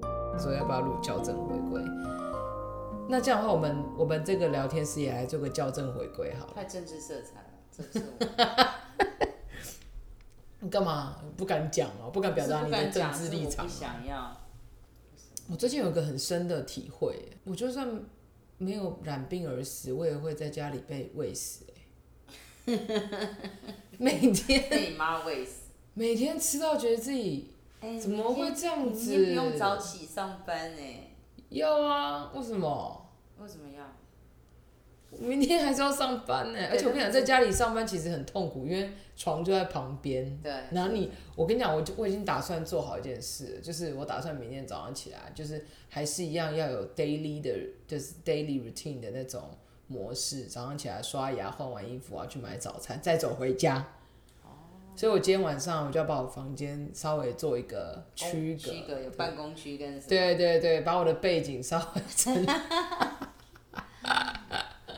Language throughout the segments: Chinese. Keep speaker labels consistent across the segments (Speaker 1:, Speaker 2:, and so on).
Speaker 1: 不要录校正回归？那这样的话，我们我们这个聊天室也来做个校正回归好了。
Speaker 2: 太政治色彩了，这不是 我
Speaker 1: 你干嘛不敢讲哦？不敢表达
Speaker 2: 是
Speaker 1: 你
Speaker 2: 不
Speaker 1: 的
Speaker 2: 敢
Speaker 1: 政
Speaker 2: 讲
Speaker 1: 治
Speaker 2: 是
Speaker 1: 立
Speaker 2: 我
Speaker 1: 场
Speaker 2: 不。想要。
Speaker 1: 我最近有一个很深的体会耶，我就算没有染病而死，我也会在家里被喂死耶。每天
Speaker 2: 被你妈喂死。
Speaker 1: 每天吃到觉得自己
Speaker 2: 哎
Speaker 1: 怎么会
Speaker 2: 明天
Speaker 1: 这样子
Speaker 2: 明天不用早起上班哎、
Speaker 1: 要啊，为什么？
Speaker 2: 为什么要？
Speaker 1: 我明天还是要上班呢、而且我跟你讲，在家里上班其实很痛苦，因为床就在旁边。
Speaker 2: 对，
Speaker 1: 然后你，我跟你讲，我就我已经打算做好一件事了，就是我打算明天早上起来，就是还是一样要有 daily 的，就是 daily routine 的那种模式。早上起来刷牙、换完衣服，我要啊去买早餐，再走回家。
Speaker 2: 哦
Speaker 1: 所以我今天晚上我就要把我房间稍微做一个区
Speaker 2: 哦
Speaker 1: 隔，
Speaker 2: 区隔有办公区跟什么？
Speaker 1: 对对对，把我的背景稍微整理。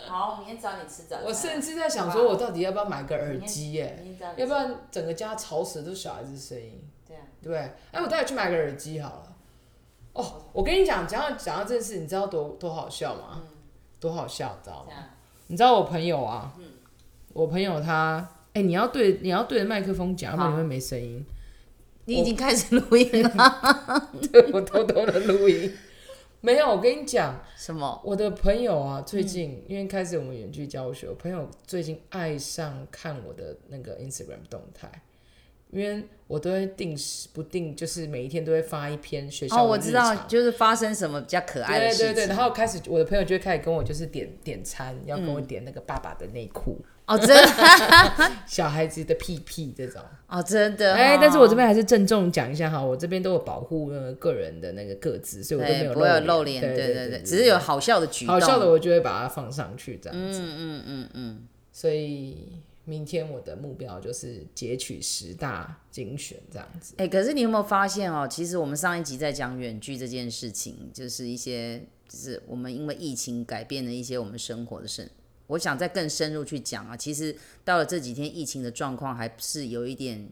Speaker 2: 好，明天找你吃早餐。
Speaker 1: 我甚至在想说，我到底要不要买个耳机耶、
Speaker 2: 明天找你
Speaker 1: 要不然整个家吵死都是小孩子的声音。
Speaker 2: 对啊，
Speaker 1: 对不对？哎，我带你去买个耳机好了。哦，我跟你讲，讲到讲到这件事，你知道多多好笑
Speaker 2: 嗯
Speaker 1: 吗？多好笑，你知道
Speaker 2: 这
Speaker 1: 吗？
Speaker 2: 样
Speaker 1: 你知道我朋友啊，
Speaker 2: 嗯
Speaker 1: 我朋友他，哎、你要对你要对着麦克风讲，要不然你
Speaker 2: 好
Speaker 1: 会没声音。
Speaker 2: 你已经开始录音了？
Speaker 1: 对我偷偷的录音。没有，我跟你讲，
Speaker 2: 什么？
Speaker 1: 我的朋友啊，
Speaker 2: 嗯
Speaker 1: 最近、因为开始我们远距教学，我朋友最近爱上看我的那个 Instagram 动态，因为我都会定时不定，就是每一天都会发一篇学校的
Speaker 2: 哦，我知道
Speaker 1: 日，常
Speaker 2: 就是发生什么比较可爱的
Speaker 1: 对
Speaker 2: 事情。
Speaker 1: 对对，然后开始我的朋友就会开始跟我就是点点餐，要跟我点那个爸爸的内裤、
Speaker 2: 哦，真的，
Speaker 1: 小孩子的屁屁这种。
Speaker 2: 哦，真的哦。
Speaker 1: 哎、但是我这边还是郑重讲一下哈，我这边都有保护呃个人的那个个子，所以我都没
Speaker 2: 对，
Speaker 1: 有
Speaker 2: 不会有
Speaker 1: 露
Speaker 2: 露脸，
Speaker 1: 对
Speaker 2: 对
Speaker 1: 对
Speaker 2: 对，只是有好笑的举动。
Speaker 1: 好笑的，我就会把它放上去这样子。
Speaker 2: 嗯，嗯嗯嗯
Speaker 1: 所以明天我的目标就是截取十大精选这样子。
Speaker 2: 哎、可是你有没有发现哦？其实我们上一集在讲远距这件事情，就是一些，就是我们因为疫情改变了一些我们生活的生。我想再更深入去讲啊，其实到了这几天疫情的状况，还是有一点，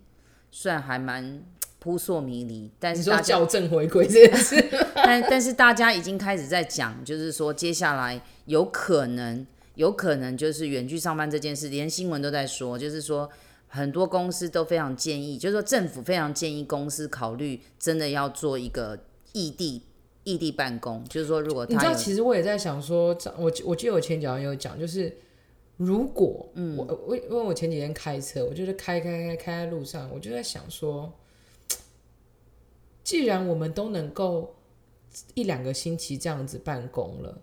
Speaker 2: 算还蛮扑朔迷离，但
Speaker 1: 你
Speaker 2: 是
Speaker 1: 说
Speaker 2: 大家
Speaker 1: 校正回归这件事，
Speaker 2: 但但是大家已经开始在讲，就是说接下来有可能，有可能就是远距上班这件事，连新闻都在说，就是说很多公司都非常建议，就是说政府非常建议公司考虑真的要做一个异地异地办公，就是说如果
Speaker 1: 你知
Speaker 2: 他
Speaker 1: 道，
Speaker 2: 有
Speaker 1: 其实我也在想说，这我我记得我前几天有讲，就是如果
Speaker 2: 嗯
Speaker 1: 我呃我因为我前几天开车，我就是开开开开在路上，我就在想说，既然我们都能够一两个星期这样子办公了，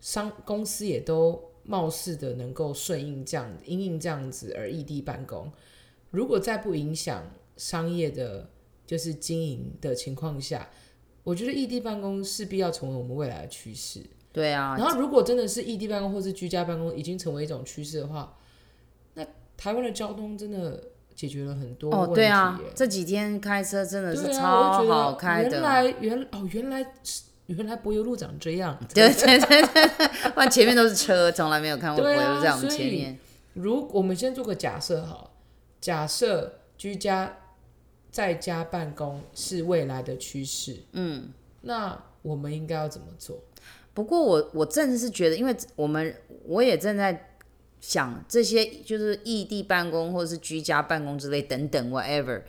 Speaker 1: 商公司也都貌似的能够顺应这样因应这样子而异地办公，如果再不影响商业的，就是经营的情况下，我觉得异地办公势必要成为我们未来的趋势。
Speaker 2: 对啊
Speaker 1: 然，后，如果真的是异地办公或是居家办公已经成为一种趋势的话，那台湾的交通真的解决了很多问
Speaker 2: 哦
Speaker 1: 题、
Speaker 2: 对啊
Speaker 1: 耶，
Speaker 2: 这几天开车真的是
Speaker 1: 对
Speaker 2: 超
Speaker 1: 啊，我就觉得
Speaker 2: 好开的
Speaker 1: 原。来原哦，原来是原来柏油路长这样。
Speaker 2: 对对对对，不然前面都是车，从来没有看过
Speaker 1: 对啊
Speaker 2: 鬼路在我们
Speaker 1: 所以
Speaker 2: 前面。
Speaker 1: 如我们先做个假设好了，假设居家在家办公是未来的趋势，嗯，那我们应该要怎么做？
Speaker 2: 不过我我真的是觉得，因为我们我也正在想这些，就是异地办公或者是居家办公之类等等 whatever。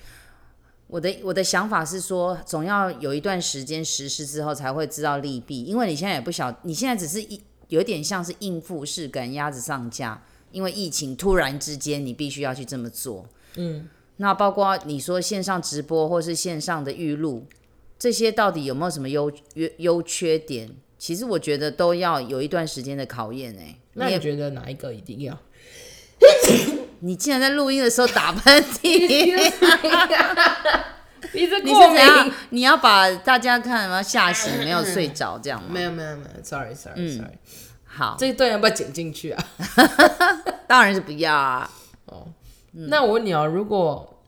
Speaker 2: 我的我的想法是说，总要有一段时间实施之后才会知道利弊，因为你现在也不晓，你现在只是一有点像是应付式赶鸭子上架，因为疫情突然之间你必须要去这么做。
Speaker 1: 嗯，
Speaker 2: 那包括你说线上直播或是线上的预录，这些到底有没有什么优优优缺点？其实我觉得都要有一段时间的考验哎、
Speaker 1: 那
Speaker 2: 你
Speaker 1: 你
Speaker 2: 也
Speaker 1: 觉得哪一个一定要？
Speaker 2: 你竟然在录音的时候打喷嚏，
Speaker 1: 你这
Speaker 2: 你是 怎样？你要把大家看有没有吓醒，没有睡着这样吗？
Speaker 1: 没有没有没有，sorry
Speaker 2: 嗯
Speaker 1: sorry sorry，、
Speaker 2: 好，
Speaker 1: 这一段要不要剪进去啊？
Speaker 2: 当然是不要啊。
Speaker 1: 那我问你哦，如果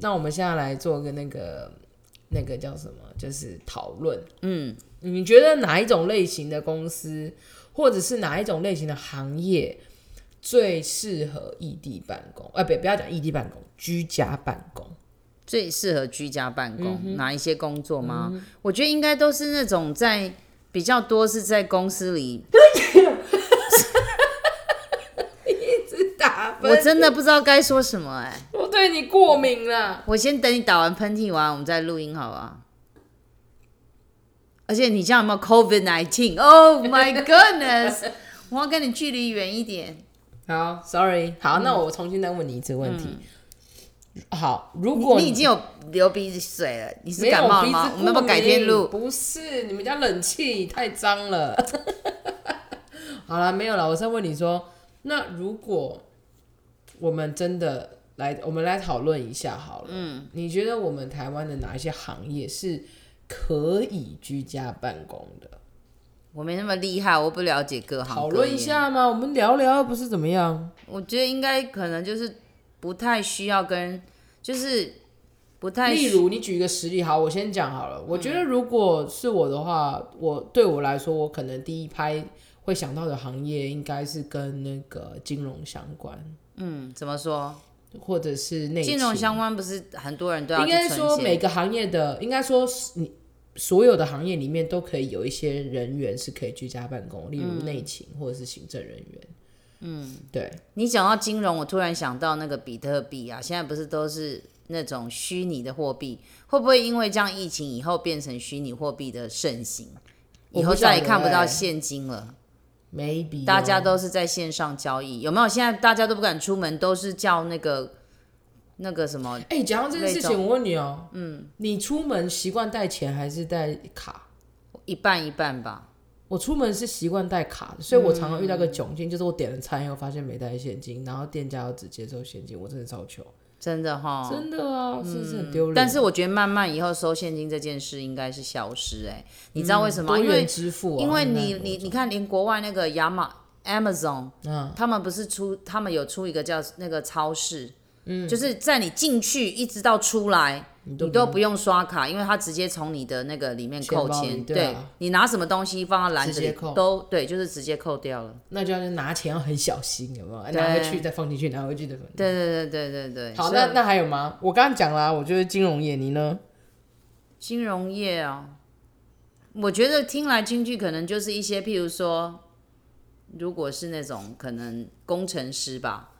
Speaker 1: 那我们现在来做个那个那个叫什么，就是讨论，
Speaker 2: 嗯，
Speaker 1: 你觉得哪一种类型的公司，或者是哪一种类型的行业最适合异地办公？呃，不，不要讲异地办公，居家办公。
Speaker 2: 最适合居家办公？哪一些工作吗？我觉得应该都是那种在比较多是在公司里，
Speaker 1: 打
Speaker 2: 我真的不知道该说什么哎、
Speaker 1: 我对你过敏了。
Speaker 2: 我先等你打完喷嚏完，我们再录音好啊。而且你这样有没有 COVID nineteen? Oh my goodness！我要跟你距离远一点。
Speaker 1: 好，sorry，好，嗯那我重新再问你一次问题。好，如果
Speaker 2: 你已经有流鼻水了，你是
Speaker 1: 没有
Speaker 2: 感冒了
Speaker 1: 鼻子
Speaker 2: 吗？我们要不
Speaker 1: 过
Speaker 2: 要改天
Speaker 1: 敏
Speaker 2: 录？
Speaker 1: 不是，你们家冷气太脏了。 好了，没有了。我在问你说，那如果我们真的来，我们来讨论一下好了。嗯，你觉得我们台湾的哪一些行业是可以居家办公的？
Speaker 2: 我没那么厉害，我不了解各行
Speaker 1: 讨
Speaker 2: 各
Speaker 1: 论
Speaker 2: 业
Speaker 1: 一。下吗？我们聊聊，又不是怎么样？
Speaker 2: 我觉得应该可能就是不太需要跟，就是不太嗯
Speaker 1: 例
Speaker 2: 需
Speaker 1: 如，你举一个实例，好，我先讲好了。我觉得如果是我的话，我对我来说，我可能第一拍会想到的行业应该是跟那个金融相关，
Speaker 2: 嗯，怎么说？
Speaker 1: 或者是内
Speaker 2: 金融
Speaker 1: 勤
Speaker 2: 相关不是很多人都要
Speaker 1: 应
Speaker 2: 去
Speaker 1: 该说
Speaker 2: 存
Speaker 1: 每
Speaker 2: 钱？
Speaker 1: 个行业的，应该说是你所有的行业里面都可以有一些人员是可以居家办公，例
Speaker 2: 嗯
Speaker 1: 如内勤或者是行政人员。嗯，对，
Speaker 2: 你讲到金融，我突然想到那个比特币啊，现在不是都是那种虚拟的货币，会不会因为这样疫情以后变成虚拟货币的盛行？
Speaker 1: 我
Speaker 2: 以
Speaker 1: 不
Speaker 2: 后再也
Speaker 1: 晓得
Speaker 2: 看不到
Speaker 1: 欸
Speaker 2: 现金了，
Speaker 1: ，maybe
Speaker 2: 大家
Speaker 1: 哦
Speaker 2: 都是在线上交易，有没有？现在大家都不敢出门，都是叫那个那个什么
Speaker 1: 哎，讲到这件事
Speaker 2: 那
Speaker 1: 情，我问你哦，嗯，你出门习惯带钱还是带卡？
Speaker 2: 一半一半吧。
Speaker 1: 我出门是习惯带卡的，所以我常常遇到个窘境，就是我点了餐以后发现没带现金，然后店家要只接受现金，我真的超糗，
Speaker 2: 真的哈，
Speaker 1: 真的啊，是不是很丢脸？
Speaker 2: 但是我觉得慢慢以后收现金这件事应该是消失、哎，你知道为什么？
Speaker 1: 多
Speaker 2: 因
Speaker 1: 元
Speaker 2: 为
Speaker 1: 支付、啊，
Speaker 2: 因为
Speaker 1: 现在
Speaker 2: 你
Speaker 1: 很
Speaker 2: 你
Speaker 1: 多
Speaker 2: 你看，连国外那个亚马 Amazon，、
Speaker 1: 嗯
Speaker 2: 他们不是出他们有出一个叫那个超市，嗯，就是在你进去一直到出来。
Speaker 1: 你都
Speaker 2: 你
Speaker 1: 不
Speaker 2: 都不用刷卡，因为它直接从你的那个里面
Speaker 1: 钱
Speaker 2: 扣
Speaker 1: 包里
Speaker 2: 钱，
Speaker 1: 对啊
Speaker 2: 你拿什么东西放到篮子
Speaker 1: 直接
Speaker 2: 里
Speaker 1: 扣
Speaker 2: 都对，就是直接扣掉了。
Speaker 1: 那就要拿钱要很小心，有没有？
Speaker 2: 对
Speaker 1: 拿回去再放进去，拿回去再放进去。
Speaker 2: 对对对对对对。
Speaker 1: 好，
Speaker 2: 所以
Speaker 1: 那那还有吗？我刚刚讲啦，我觉得金融业，你呢？
Speaker 2: 金融业啊，我觉得听来听去可能就是一些，譬如说，如果是那种可能工程师吧，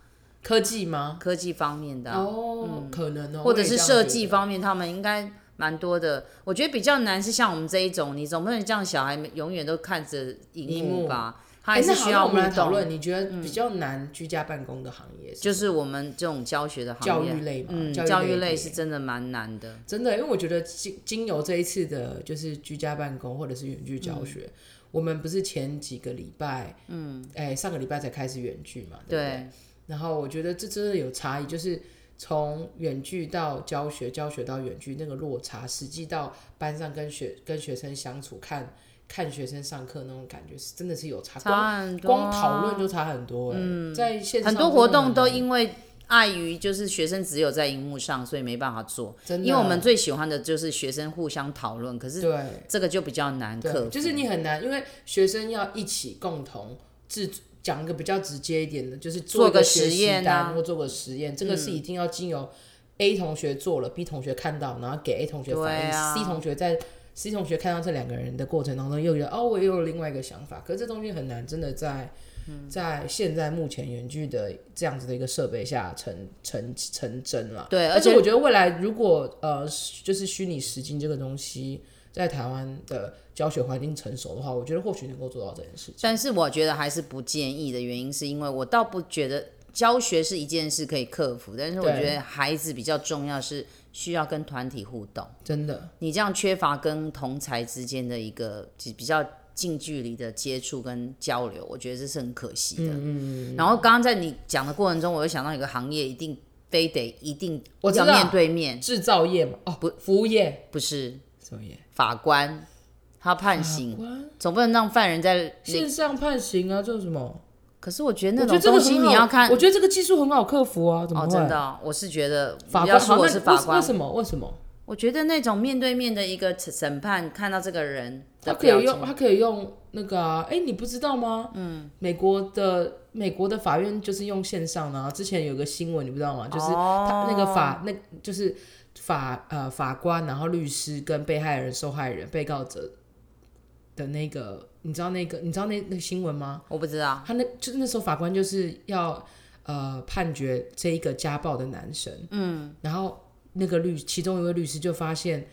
Speaker 1: 科技吗？
Speaker 2: 科技方面的啊、
Speaker 1: 哦，可能哦，
Speaker 2: 或者
Speaker 1: 我也
Speaker 2: 是
Speaker 1: 这样
Speaker 2: 设计
Speaker 1: 觉得。
Speaker 2: 方面，他们应该蛮多的。我觉得比较难是像我们这一种，你总不能这样小孩永远都看着荧幕吧，他还
Speaker 1: 哎
Speaker 2: 是
Speaker 1: 那好那
Speaker 2: 需要
Speaker 1: 我
Speaker 2: 互
Speaker 1: 们来讨
Speaker 2: 动。
Speaker 1: 论，你觉得比
Speaker 2: 嗯
Speaker 1: 较难居家办公的行业是？
Speaker 2: 就是我们这种教学的
Speaker 1: 教
Speaker 2: 行
Speaker 1: 育
Speaker 2: 业，
Speaker 1: 类嘛，
Speaker 2: 嗯，
Speaker 1: 教
Speaker 2: 教育
Speaker 1: 类
Speaker 2: 类
Speaker 1: 别
Speaker 2: 是真的蛮难的。
Speaker 1: 真的，因为我觉得经经由这一次的，就是居家办公或者是远距教学，我们不是前几个礼拜，嗯，哎、上个礼拜才开始远距嘛，对不对？
Speaker 2: 对，
Speaker 1: 然后我觉得这真的有差异，就是从远距到教学，教学到远距那个落差，实际到班上跟学跟学生相处，看看学生上课那种感觉，是真的是有差。光
Speaker 2: 差很多啊、嗯
Speaker 1: 光讨论就差很多哎、在线上
Speaker 2: 很多活动都
Speaker 1: 真的
Speaker 2: 因为碍于就是学生只有在荧幕上，所以没办法做。
Speaker 1: 很难真的
Speaker 2: 因为我们最喜欢的就是学生互相讨论，可是
Speaker 1: 对
Speaker 2: 这个就比较难克
Speaker 1: 对，
Speaker 2: 服。
Speaker 1: 就是你很难，因为学生要一起共同制作讲一个比较直接一点的，就是
Speaker 2: 做
Speaker 1: 做一
Speaker 2: 个
Speaker 1: 学
Speaker 2: 实
Speaker 1: 习
Speaker 2: 验
Speaker 1: 单
Speaker 2: 啊嗯
Speaker 1: 或做个实验，这个是一定要经由 A 同学做了，B 同学看到，然后给 A 同学反
Speaker 2: 对
Speaker 1: 应、
Speaker 2: 啊
Speaker 1: c 同学在 C 同学看到这两个人的过程当中，又觉得哦，我也有另外一个想法，可是这东西很难，真的在。
Speaker 2: 嗯
Speaker 1: 在现在目前远距的这样子的一个设备下成成成真了，
Speaker 2: 对，而
Speaker 1: 而且
Speaker 2: 且
Speaker 1: 我觉得未来如果呃，就是虚拟实境这个东西在台湾的教学环境成熟的话，我觉得或许能够做到这件事情。
Speaker 2: 但是我觉得还是不建议的原因，是因为我倒不觉得教学是一件事可以克服，但是我
Speaker 1: 对
Speaker 2: 觉得孩子比较重要是需要跟团体互动。
Speaker 1: 真的，
Speaker 2: 你这样缺乏跟同才之间的一个比比较近距离的接触跟交流，我觉得这是很可惜的。嗯然后刚刚在你讲的过程中，我又想到一个行业，一定非得一定
Speaker 1: 我知
Speaker 2: 要
Speaker 1: 道
Speaker 2: 面对面，
Speaker 1: 制造业嘛，哦，不，服务业，
Speaker 2: 不是
Speaker 1: 什么业？
Speaker 2: 法官，他判刑，总不能让犯人在那。
Speaker 1: 线上判刑啊，这是什么？
Speaker 2: 可是我觉得
Speaker 1: 我
Speaker 2: 哎那
Speaker 1: 觉得这
Speaker 2: 种
Speaker 1: 个
Speaker 2: 东
Speaker 1: 很
Speaker 2: 西
Speaker 1: 好
Speaker 2: 你要看
Speaker 1: 我觉得这个技术很好克服啊，怎么
Speaker 2: 哦，
Speaker 1: 会？
Speaker 2: 真的哦、我是觉得
Speaker 1: 法
Speaker 2: 不要
Speaker 1: 官，啊
Speaker 2: 说
Speaker 1: 好，那
Speaker 2: 我是法
Speaker 1: 为
Speaker 2: 官
Speaker 1: 为，什么？为什么？
Speaker 2: 我觉得那种面对面的一个审审判，看到这个人
Speaker 1: 他
Speaker 2: 的
Speaker 1: 可
Speaker 2: 表
Speaker 1: 以
Speaker 2: 情
Speaker 1: 用，，他可以用那个啊，哎、你不知道吗？嗯，美国的美国的法院就是用线上的啊。之前有个新闻，你不知道吗？就是他那个法，那就是法呃法官，然后律师跟被害人、受害人、被告者的那个，你知道那个你知道那那个新闻吗？
Speaker 2: 我不知道，
Speaker 1: 他那就是那时候法官就是要呃判决这一个家暴的男生，嗯，然后那个律其中一位律师就发现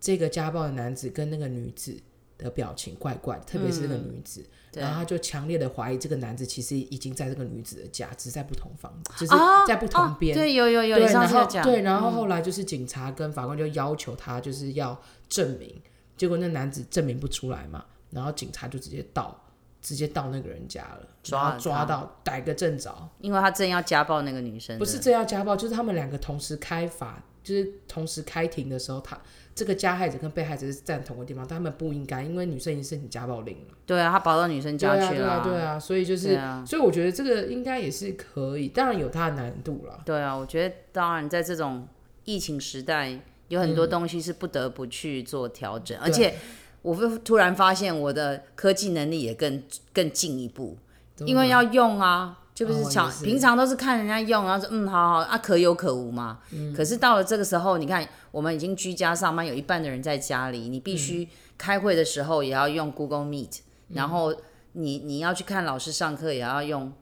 Speaker 1: 这个家暴的男子跟那个女子的表情怪怪的，特别是那个女子，
Speaker 2: 嗯对
Speaker 1: 然后他就强烈的怀疑这个男子其实已经在这个女子的家，只是在不同房，只是
Speaker 2: 哦
Speaker 1: 在不同边。
Speaker 2: 哦对，有有有，
Speaker 1: 对，
Speaker 2: 你上
Speaker 1: 然
Speaker 2: 次有
Speaker 1: 后
Speaker 2: 讲，嗯
Speaker 1: 对，然后后来就是警察跟法官就要求他就是要证明，结果那男子证明不出来嘛，然后警察就直接到直接到那个人家了，
Speaker 2: 抓
Speaker 1: 然后
Speaker 2: 了
Speaker 1: 抓
Speaker 2: 他
Speaker 1: 到逮个正着，
Speaker 2: 因为他正要家暴那个女生，
Speaker 1: 不是这要家暴，就是他们两个同时开法，就是同时开庭的时候，他这个加害者跟被害者是站同个地方，但他们不应该，因为女生已经申请家暴令了，
Speaker 2: 对啊，他跑到女生
Speaker 1: 对
Speaker 2: 家
Speaker 1: 啊，
Speaker 2: 去
Speaker 1: 对
Speaker 2: 了
Speaker 1: 啊，
Speaker 2: 啊，
Speaker 1: 对啊，所以就是，
Speaker 2: 对啊
Speaker 1: 所以我觉得这个应该也是可以，当然有它的难度啦。
Speaker 2: 对啊，我觉得当然在这种疫情时代，有很
Speaker 1: 嗯
Speaker 2: 多东西是不得不去做调整，而且我会突然发现我的科技能力也更更进一步，
Speaker 1: 真的
Speaker 2: 因为要用啊。就不
Speaker 1: 哦
Speaker 2: 是
Speaker 1: 也
Speaker 2: 想、
Speaker 1: 是
Speaker 2: 平常都是看人家用，然后说嗯好好啊可有可无嘛。
Speaker 1: 嗯
Speaker 2: 可是到了这个时候，你看我们已经居家上班，有一半的人在家里，你必
Speaker 1: 嗯
Speaker 2: 须开会的时候也要用 Google Meet，、然后你你要去看老师上课也要用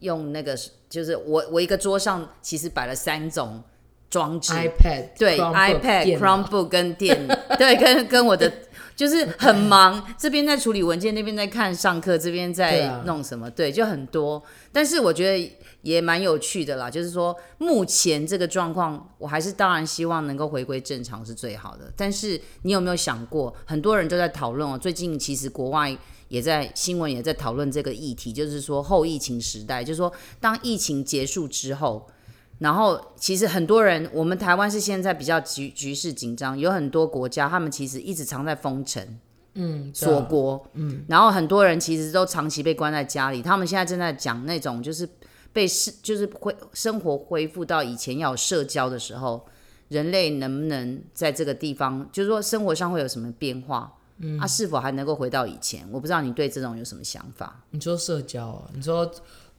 Speaker 2: 用那个，就是我我一个桌上其实摆了三种装置，
Speaker 1: iPad
Speaker 2: 对
Speaker 1: Chromebook，
Speaker 2: iPad、
Speaker 1: 电脑
Speaker 2: Chromebook 跟电， 对，跟跟我的就是很 忙，这边在处理文件，那边在看上课，这边
Speaker 1: 对
Speaker 2: 在
Speaker 1: 啊
Speaker 2: 弄什么，对，就很多。但是我觉得也蛮有趣的啦，就是说目前这个状况，我还是当然希望能够回归正常是最好的。但是你有没有想过，很多人都在讨论哦，最近其实国外。也在新闻也在讨论这个议题，就是说后疫情时代，就是说当疫情结束之后，然后其实很多人，我们台湾是现在比较局局势紧张，有很多国家他们其实一直常在封城
Speaker 1: 嗯，对啊
Speaker 2: 锁国，嗯，然后很多人其实都长期被关在家里，他们现在正在讲那种就是被是就是恢生活恢复到以前要有社交的时候，人类能不能在这个地方，就是说生活上会有什么变化？嗯，啊，是否还能够回到以前？我不知道你对这种有什么想法？
Speaker 1: 你说社交啊？你说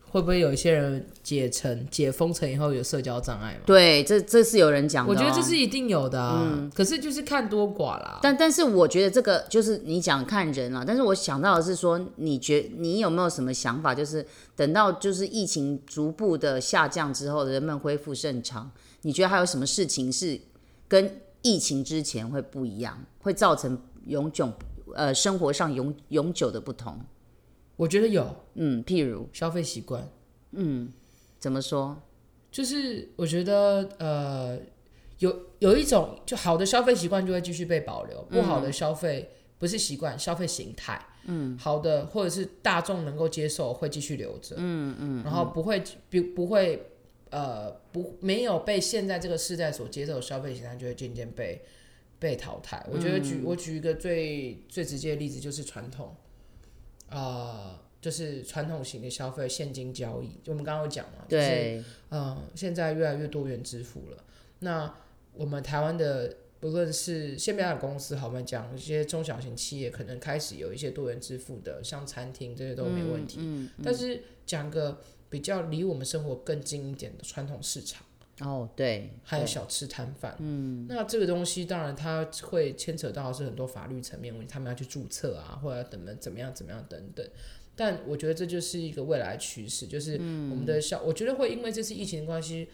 Speaker 1: 会不会有一些人解成解封城以后有社交障碍吗？
Speaker 2: 对，这这是有人讲的、
Speaker 1: 我
Speaker 2: 哦，
Speaker 1: 觉得这是一定有的啊，可是就是看多寡啦。
Speaker 2: 但但是我觉得这个就是你讲看人啊了、但是我想到的是说，你觉你有没有什么想法？就是等到就是疫情逐步的下降之后，人们恢复正常，你觉得还有什么事情是跟疫情之前会不一样，会造成永久呃生活上永永久的不同？
Speaker 1: 我觉得有
Speaker 2: 嗯，譬如
Speaker 1: 消费习惯，
Speaker 2: 怎么说？
Speaker 1: 就是我觉得呃，有有一种就好的消费习惯就会继续被保留，不好的消费不是习惯，消费形态，嗯，好的或者是大众能够接受会继续留着，嗯嗯，然后不会不不会呃不没有被现在这个时代所接受的消费形态就会渐渐被被淘汰。我觉得举、我举一个最最直接的例子就是传统，啊，就是传统型的消费，现金交易，就我们刚刚有讲嘛，就是
Speaker 2: 对，
Speaker 1: 嗯，现在越来越多元支付了。那我们台湾的不论是先不要讲公司，好，我们讲一些中小型企业，可能开始有一些多元支付的，像餐厅这些都没问题。但是讲个比较离我们生活更近一点的传统市场，
Speaker 2: 哦，对，
Speaker 1: 还有
Speaker 2: 对
Speaker 1: 小吃摊贩，嗯，那这个东西当然它会牵扯到是很多法律层面问题，他们要去注册啊，或者怎么怎么样怎么样等等。但我觉得这就是一个未来趋势，就是我们的消，我觉得会因为这次疫情的关系，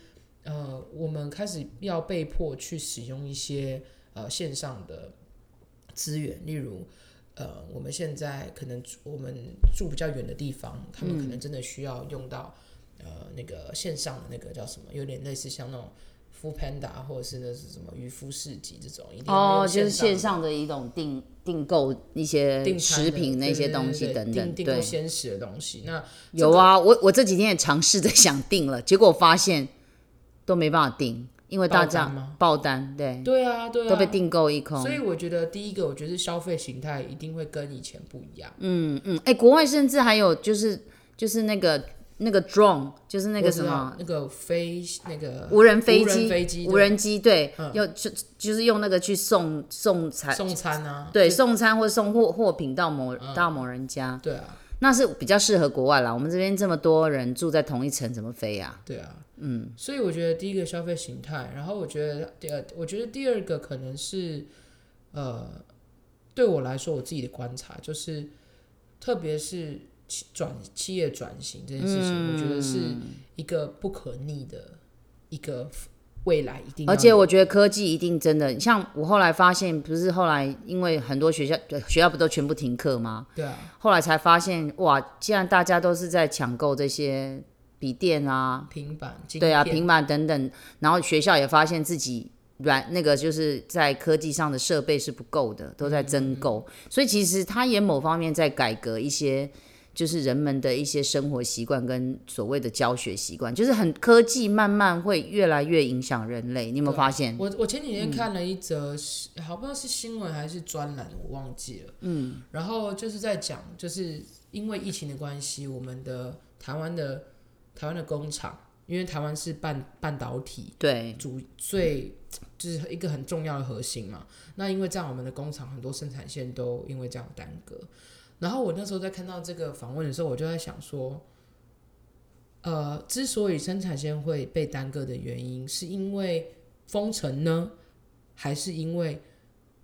Speaker 1: 呃，我们开始要被迫去使用一些呃线上的资源，例如。呃，我们现在可能住我们住比较远的地方，他们可
Speaker 2: 嗯
Speaker 1: 能真的需要用到、呃那个线上的那个叫什么，有点类似像那种 f Panda 啊或者是那是什么渔夫市集这种，一定要
Speaker 2: 哦，
Speaker 1: 用
Speaker 2: 就是
Speaker 1: 线
Speaker 2: 线上的一种订订购一些
Speaker 1: 订餐
Speaker 2: 食
Speaker 1: 的
Speaker 2: 品那
Speaker 1: 对
Speaker 2: 些
Speaker 1: 对
Speaker 2: 东
Speaker 1: 对
Speaker 2: 西
Speaker 1: 对
Speaker 2: 等等，
Speaker 1: 订订购
Speaker 2: 对。
Speaker 1: 鲜食的东西。那
Speaker 2: 有啊，我我这几天也尝试着想订了，结果我发现都没办法订，因为大
Speaker 1: 爆单
Speaker 2: 家
Speaker 1: 吗
Speaker 2: 爆单，对，
Speaker 1: 对啊，对啊，
Speaker 2: 嗯都被订购一空
Speaker 1: 所。以我觉得第一个，我觉得是消费形态一定会跟以前不一样。
Speaker 2: 嗯嗯，哎、国外甚至还有就是就是那个那个 drone，就是那个
Speaker 1: 我知
Speaker 2: 什
Speaker 1: 道
Speaker 2: 么。
Speaker 1: 那个飞那个
Speaker 2: 无人飞
Speaker 1: 无
Speaker 2: 机，
Speaker 1: 人飞机
Speaker 2: 无人机，对，要就就是用那个去送送餐，
Speaker 1: 嗯送餐啊，嗯
Speaker 2: 对，送餐或送货货品到某、到某人家。
Speaker 1: 对啊，
Speaker 2: 那是比较适合国外啦。我们这边这么多人住在同一层，怎么飞呀、
Speaker 1: 对啊，嗯，所以我觉得第一个消费形态，然后我觉得第二，我觉得第二个可能是，呃，对我来说我自己的观察就是，特别是企转企业转型这件事情，我觉得是
Speaker 2: 嗯
Speaker 1: 一个不可逆的一个未来一定要有，
Speaker 2: 而且我觉得科技一定真的，像我后来发现，不是后来因为很多学校对学校不都全部停课吗？
Speaker 1: 对啊，
Speaker 2: 后来才发现，哇，既然大家都是在抢购这些笔电啊，
Speaker 1: 平板，晶
Speaker 2: 对啊，
Speaker 1: 片
Speaker 2: 平板等等，然后学校也发现自己软那个就是在科技上的设备是不够的，都在
Speaker 1: 嗯
Speaker 2: 增购，所以其实它也某方面在改革一些。就是人们的一些生活习惯跟所谓的教学习惯，就是很科技慢慢会越来越影响人类。你有没有
Speaker 1: 对啊
Speaker 2: 发现？
Speaker 1: 我我前嗯几天看了一则，好不知道是新闻还是专栏，我忘记了。嗯，然后就是在讲，就是因为疫情的关系，我们的台湾的台湾的工厂，因为台湾是半半导体
Speaker 2: 对，
Speaker 1: 主最就是一个很重要的核心嘛。那因为这样，我们的工厂很多生产线都因为这样耽搁。然后我那时候在看到这个访问的时候，我就在想说，呃，之所以生产线会被耽搁的原因，是因为封城呢，还是因为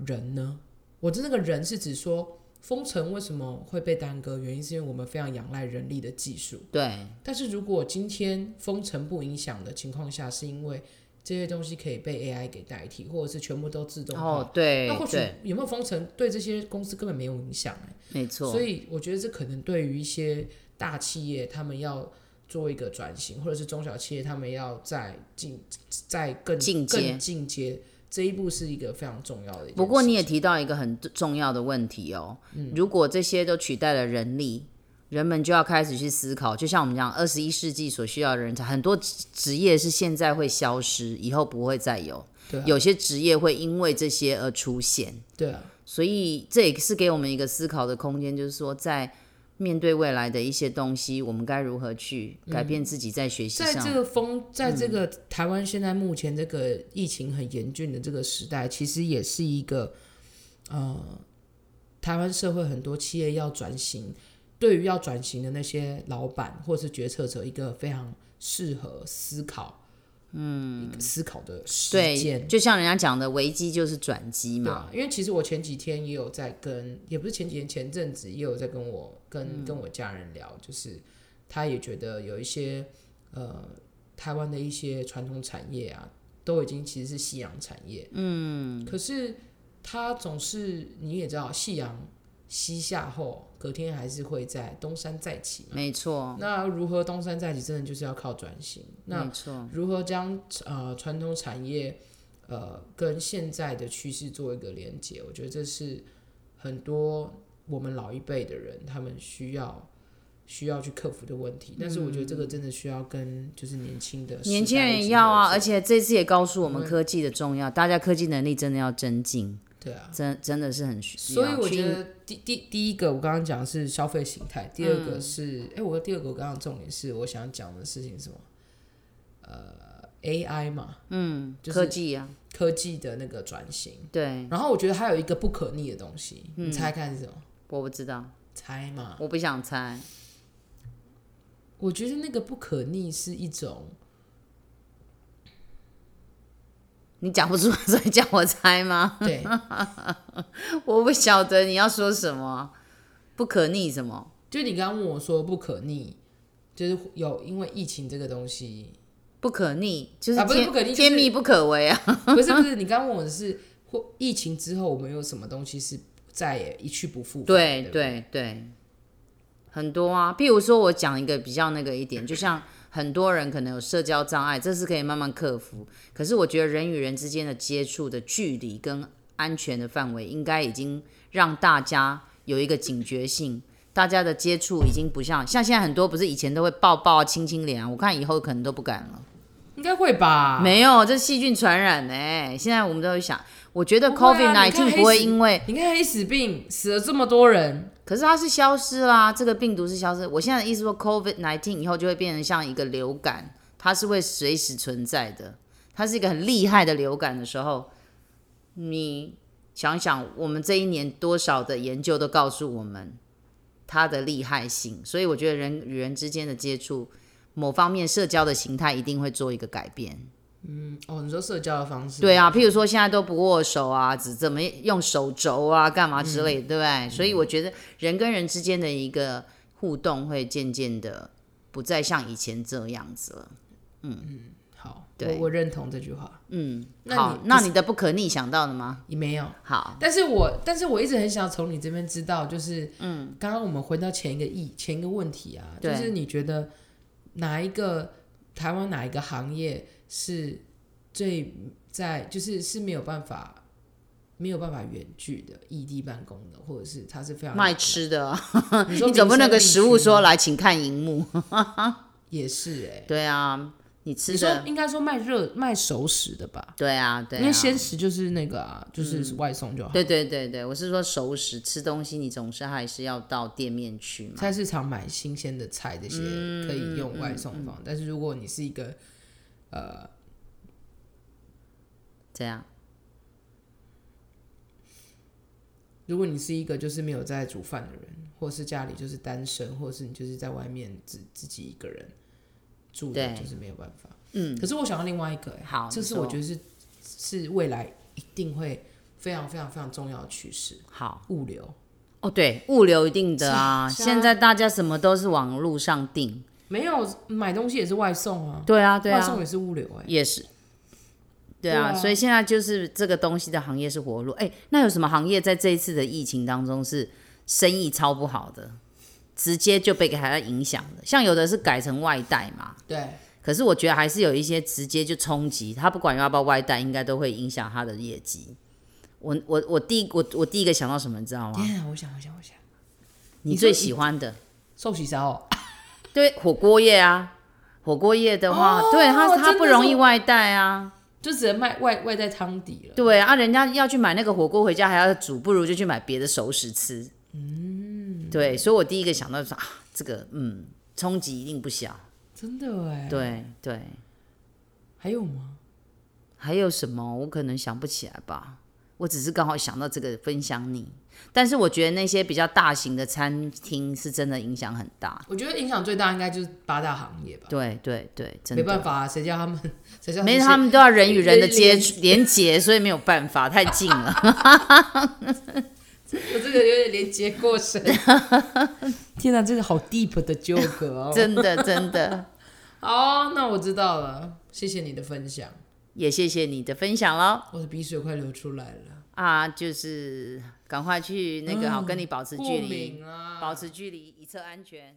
Speaker 1: 人呢？我的那个人是指说。封城为什么会被耽搁？原因是因为我们非常仰赖人力的技术。
Speaker 2: 对，
Speaker 1: 但是如果今天封城不影响的情况下，是因为这些东西可以被 AI 给代替，或者是全部都自动化，
Speaker 2: 哦，对
Speaker 1: 那或，许
Speaker 2: 对，
Speaker 1: 有没有封城对这些公司根本没有影响哎、
Speaker 2: 没错
Speaker 1: 所，以我觉得这可能对于一些大企业，他们要做一个转型，或者是中小企业，他们要再进再更
Speaker 2: 进阶
Speaker 1: 更进阶这一步是一个非常重要的一件事情。
Speaker 2: 不过你也提到一个很重要的问题哦，
Speaker 1: 嗯
Speaker 2: 如果这些都取代了人力，人们就要开始去思考，就像我们讲，二十一世纪所需要的人才，很多职职业是现在会消失，以后不会再有，
Speaker 1: 对啊
Speaker 2: 有些职业会因为这些而出现。
Speaker 1: 对啊，
Speaker 2: 所以这也是给我们一个思考的空间，就是说，在面对未来的一些东西，我们该如何去改变自己在学
Speaker 1: 嗯
Speaker 2: 习
Speaker 1: 在
Speaker 2: 上？
Speaker 1: 这个风，在这个台湾现在目前这个疫情很严峻的这个时代，其实也是一个呃，台湾社会很多企业要转型，对于要转型的那些老板或是决策者，一个非常适合思考，嗯，思考的时
Speaker 2: 对，
Speaker 1: 间。
Speaker 2: 就像人家讲的，危机就是转机
Speaker 1: 对
Speaker 2: 嘛。
Speaker 1: 啊，因为其实我前几天也有在跟，也不是前几天，前阵子也有在跟我跟、跟我家人聊，就是他也觉得有一些呃台湾的一些传统产业啊，都已经其实是夕阳产业，嗯，可是他总是你也知道，夕阳西下后，隔天还是会在东山再起嘛。
Speaker 2: 没错，
Speaker 1: 那如何东山再起，真的就是要靠转型。那
Speaker 2: 没错，
Speaker 1: 如何将呃传统产业呃跟现在的趋势做一个连接，我觉得这是很多我们老一辈的人他们需要需要去克服的问题。但是我觉得这个真的需要跟就是年轻的
Speaker 2: 嗯年轻人也要啊，而
Speaker 1: 且
Speaker 2: 且这次也告诉我们
Speaker 1: 因为
Speaker 2: 科技的重要，大家科技能力真的要增进，
Speaker 1: 对啊。
Speaker 2: 真真的是很需
Speaker 1: 所
Speaker 2: 要。
Speaker 1: 以我觉
Speaker 2: 去，
Speaker 1: 得第第第一个我刚刚讲的是消费形态，第二个是
Speaker 2: 嗯
Speaker 1: 哎、我第二个我刚刚重点是我想讲的事情是什么？呃，AI 嘛，嗯，就
Speaker 2: 科
Speaker 1: 是
Speaker 2: 技啊，
Speaker 1: 科技的那个转型。
Speaker 2: 对，
Speaker 1: 然后我觉得还有一个不可逆的东西，
Speaker 2: 嗯
Speaker 1: 你猜看是什么？
Speaker 2: 我不知道，
Speaker 1: 猜嘛？
Speaker 2: 我不想猜，
Speaker 1: 我觉得那个不可逆是一种，
Speaker 2: 你讲不出来， 所以叫我猜吗？
Speaker 1: 对，
Speaker 2: 我不晓得你要说什么，不可逆什么？
Speaker 1: 就你刚刚问我说不可逆，就是有因为疫情这个东西，
Speaker 2: 不可逆就是
Speaker 1: 啊不是
Speaker 2: 天、
Speaker 1: 不可逆就是
Speaker 2: 天命不可违啊！
Speaker 1: 不是不是，你刚刚问我的是或疫情之后我们有什么东西是再也一去不复返的？
Speaker 2: 对
Speaker 1: 不，
Speaker 2: 对对，很多啊。譬如说，我讲一个比较那个一点，就像很多人可能有社交障碍，这是可以慢慢克服。可是我觉得人与人之间的接触的距离跟安全的范围，应该已经让大家有一个警觉性。大家的接触已经不像像现在很多不是以前都会抱抱啊、亲亲脸啊，我看以后可能都不敢了。
Speaker 1: 应该会吧？
Speaker 2: 没有，这细菌传染呢、现在我们都会想，我觉得
Speaker 1: 不会
Speaker 2: COVID
Speaker 1: 啊你看黑
Speaker 2: nineteen
Speaker 1: 死
Speaker 2: 不会因为，
Speaker 1: 你看黑死病死了这么多人，
Speaker 2: 可是它是消失啦，这个病毒是消失。我现在的意思说，COVID nineteen 以后就会变成像一个流感，它是会随时存在的。它是一个很厉害的流感的时候，你想想，我们这一年多少的研究都告诉我们，它的厉害性。所以我觉得人与人之间的接触，某方面社交的形态一定会做一个改变。
Speaker 1: 嗯哦，你说社交的方式，
Speaker 2: 对啊，譬如说现在都不握手啊，只怎么用手肘啊，干嘛之类
Speaker 1: 嗯
Speaker 2: 的，对不对？所以我觉得人跟人之间的一个互动会渐渐的不再像以前这样子了。
Speaker 1: 好，
Speaker 2: 对
Speaker 1: 我我认同这句话，
Speaker 2: 嗯，
Speaker 1: 那
Speaker 2: 好
Speaker 1: 你，
Speaker 2: 那你的不可逆想到了吗？
Speaker 1: 也没有。
Speaker 2: 好，
Speaker 1: 但是我，但是我一直很想从你这边知道，就是，嗯，刚刚我们回到前一个议前一个问题啊，就
Speaker 2: 对
Speaker 1: 是你觉得哪一个台湾哪一个行业是最在，就是是没有办法没有办法远距的异地办公的，或者是它是非常
Speaker 2: 卖，吃的啊，
Speaker 1: 你说 啊
Speaker 2: 你总不
Speaker 1: 民生
Speaker 2: 能
Speaker 1: 地
Speaker 2: 个食物
Speaker 1: 区
Speaker 2: 说
Speaker 1: 吗
Speaker 2: 来，请看荧幕。
Speaker 1: 也是哎、
Speaker 2: 对啊，你
Speaker 1: 你
Speaker 2: 吃
Speaker 1: 说
Speaker 2: 的，
Speaker 1: 应该说卖热卖熟食的吧，
Speaker 2: 对啊，对啊，嗯
Speaker 1: 因为鲜食就是那个啊，就是外送就好，
Speaker 2: 对对对对，我是说熟食吃东西，你总是还是要到店面去嘛。
Speaker 1: 菜市场买新鲜的菜这些
Speaker 2: 嗯
Speaker 1: 可以用外送方，但是如果你是一个
Speaker 2: 这样，
Speaker 1: 如果你是一个就是没有在煮饭的人，或是家里就是单身，或是你就是在外面自自己一个人住的，
Speaker 2: 对
Speaker 1: 就是没有办法。
Speaker 2: 嗯，
Speaker 1: 可是我想到另外一个、欸，
Speaker 2: 好
Speaker 1: 这是
Speaker 2: 你说
Speaker 1: 我觉得是是未来一定会非常非常非常重要的趋势，
Speaker 2: 好。
Speaker 1: 物流。
Speaker 2: 哦，对，物流一定的啊，
Speaker 1: 是啊
Speaker 2: 现在大家什么都是网络上订。
Speaker 1: 没有买东西也是外送啊，
Speaker 2: 对啊，对
Speaker 1: 外
Speaker 2: 啊
Speaker 1: 送，也是物流哎、
Speaker 2: 也是。
Speaker 1: 对
Speaker 2: 对啊，
Speaker 1: 啊
Speaker 2: 所以现在就是这个东西的行业是活路。哎，那有什么行业在这一次的疫情当中是生意超不好的，直接就被给它影响的？像有的是改成外带嘛，
Speaker 1: 对，
Speaker 2: 可是我觉得还是有一些直接就冲击，他不管要不要外带，应该都会影响他的业绩。我我我第一我我第一个想到什么，你知道吗？
Speaker 1: 天啊，我想我想我想，
Speaker 2: 你
Speaker 1: 你说
Speaker 2: 最
Speaker 1: 一
Speaker 2: 喜欢的
Speaker 1: 寿喜烧、哦，
Speaker 2: 对火锅业啊，火锅业的话，
Speaker 1: 哦
Speaker 2: 对它
Speaker 1: 真的
Speaker 2: 它
Speaker 1: 是
Speaker 2: 不容易外带啊，
Speaker 1: 就只能卖外外在汤底了。
Speaker 2: 对啊，人家要去买那个火锅回家还要煮，不如就去买别的熟食吃。嗯，对，所以我第一个想到说啊，这个嗯，冲击一定不小。
Speaker 1: 真的哎，
Speaker 2: 对对，
Speaker 1: 还有吗？
Speaker 2: 还有什么？我可能想不起来吧。我只是刚好想到这个分享你，但是我觉得那些比较大型的餐厅是真的影响很大。
Speaker 1: 我觉得影响最大应该就是八大行业吧，
Speaker 2: 对对对，真
Speaker 1: 没
Speaker 2: 的
Speaker 1: 办法、啊，谁叫他们， 谁叫
Speaker 2: 没
Speaker 1: 这些
Speaker 2: 他们都要人与人的接
Speaker 1: 连
Speaker 2: 触连接，所以没有办法，太近了。
Speaker 1: 我这个有点连接过 神。天哪、这个好 deep 的纠葛哦。
Speaker 2: 真的真的，
Speaker 1: 哦，那我知道了，谢谢你的分享，
Speaker 2: 也谢谢你的分享喽
Speaker 1: 我的鼻水快流出来了。
Speaker 2: 啊！就是赶快去那个好，跟你保持距
Speaker 1: 过
Speaker 2: 离，
Speaker 1: 敏啊，
Speaker 2: 保持距离，以测安全。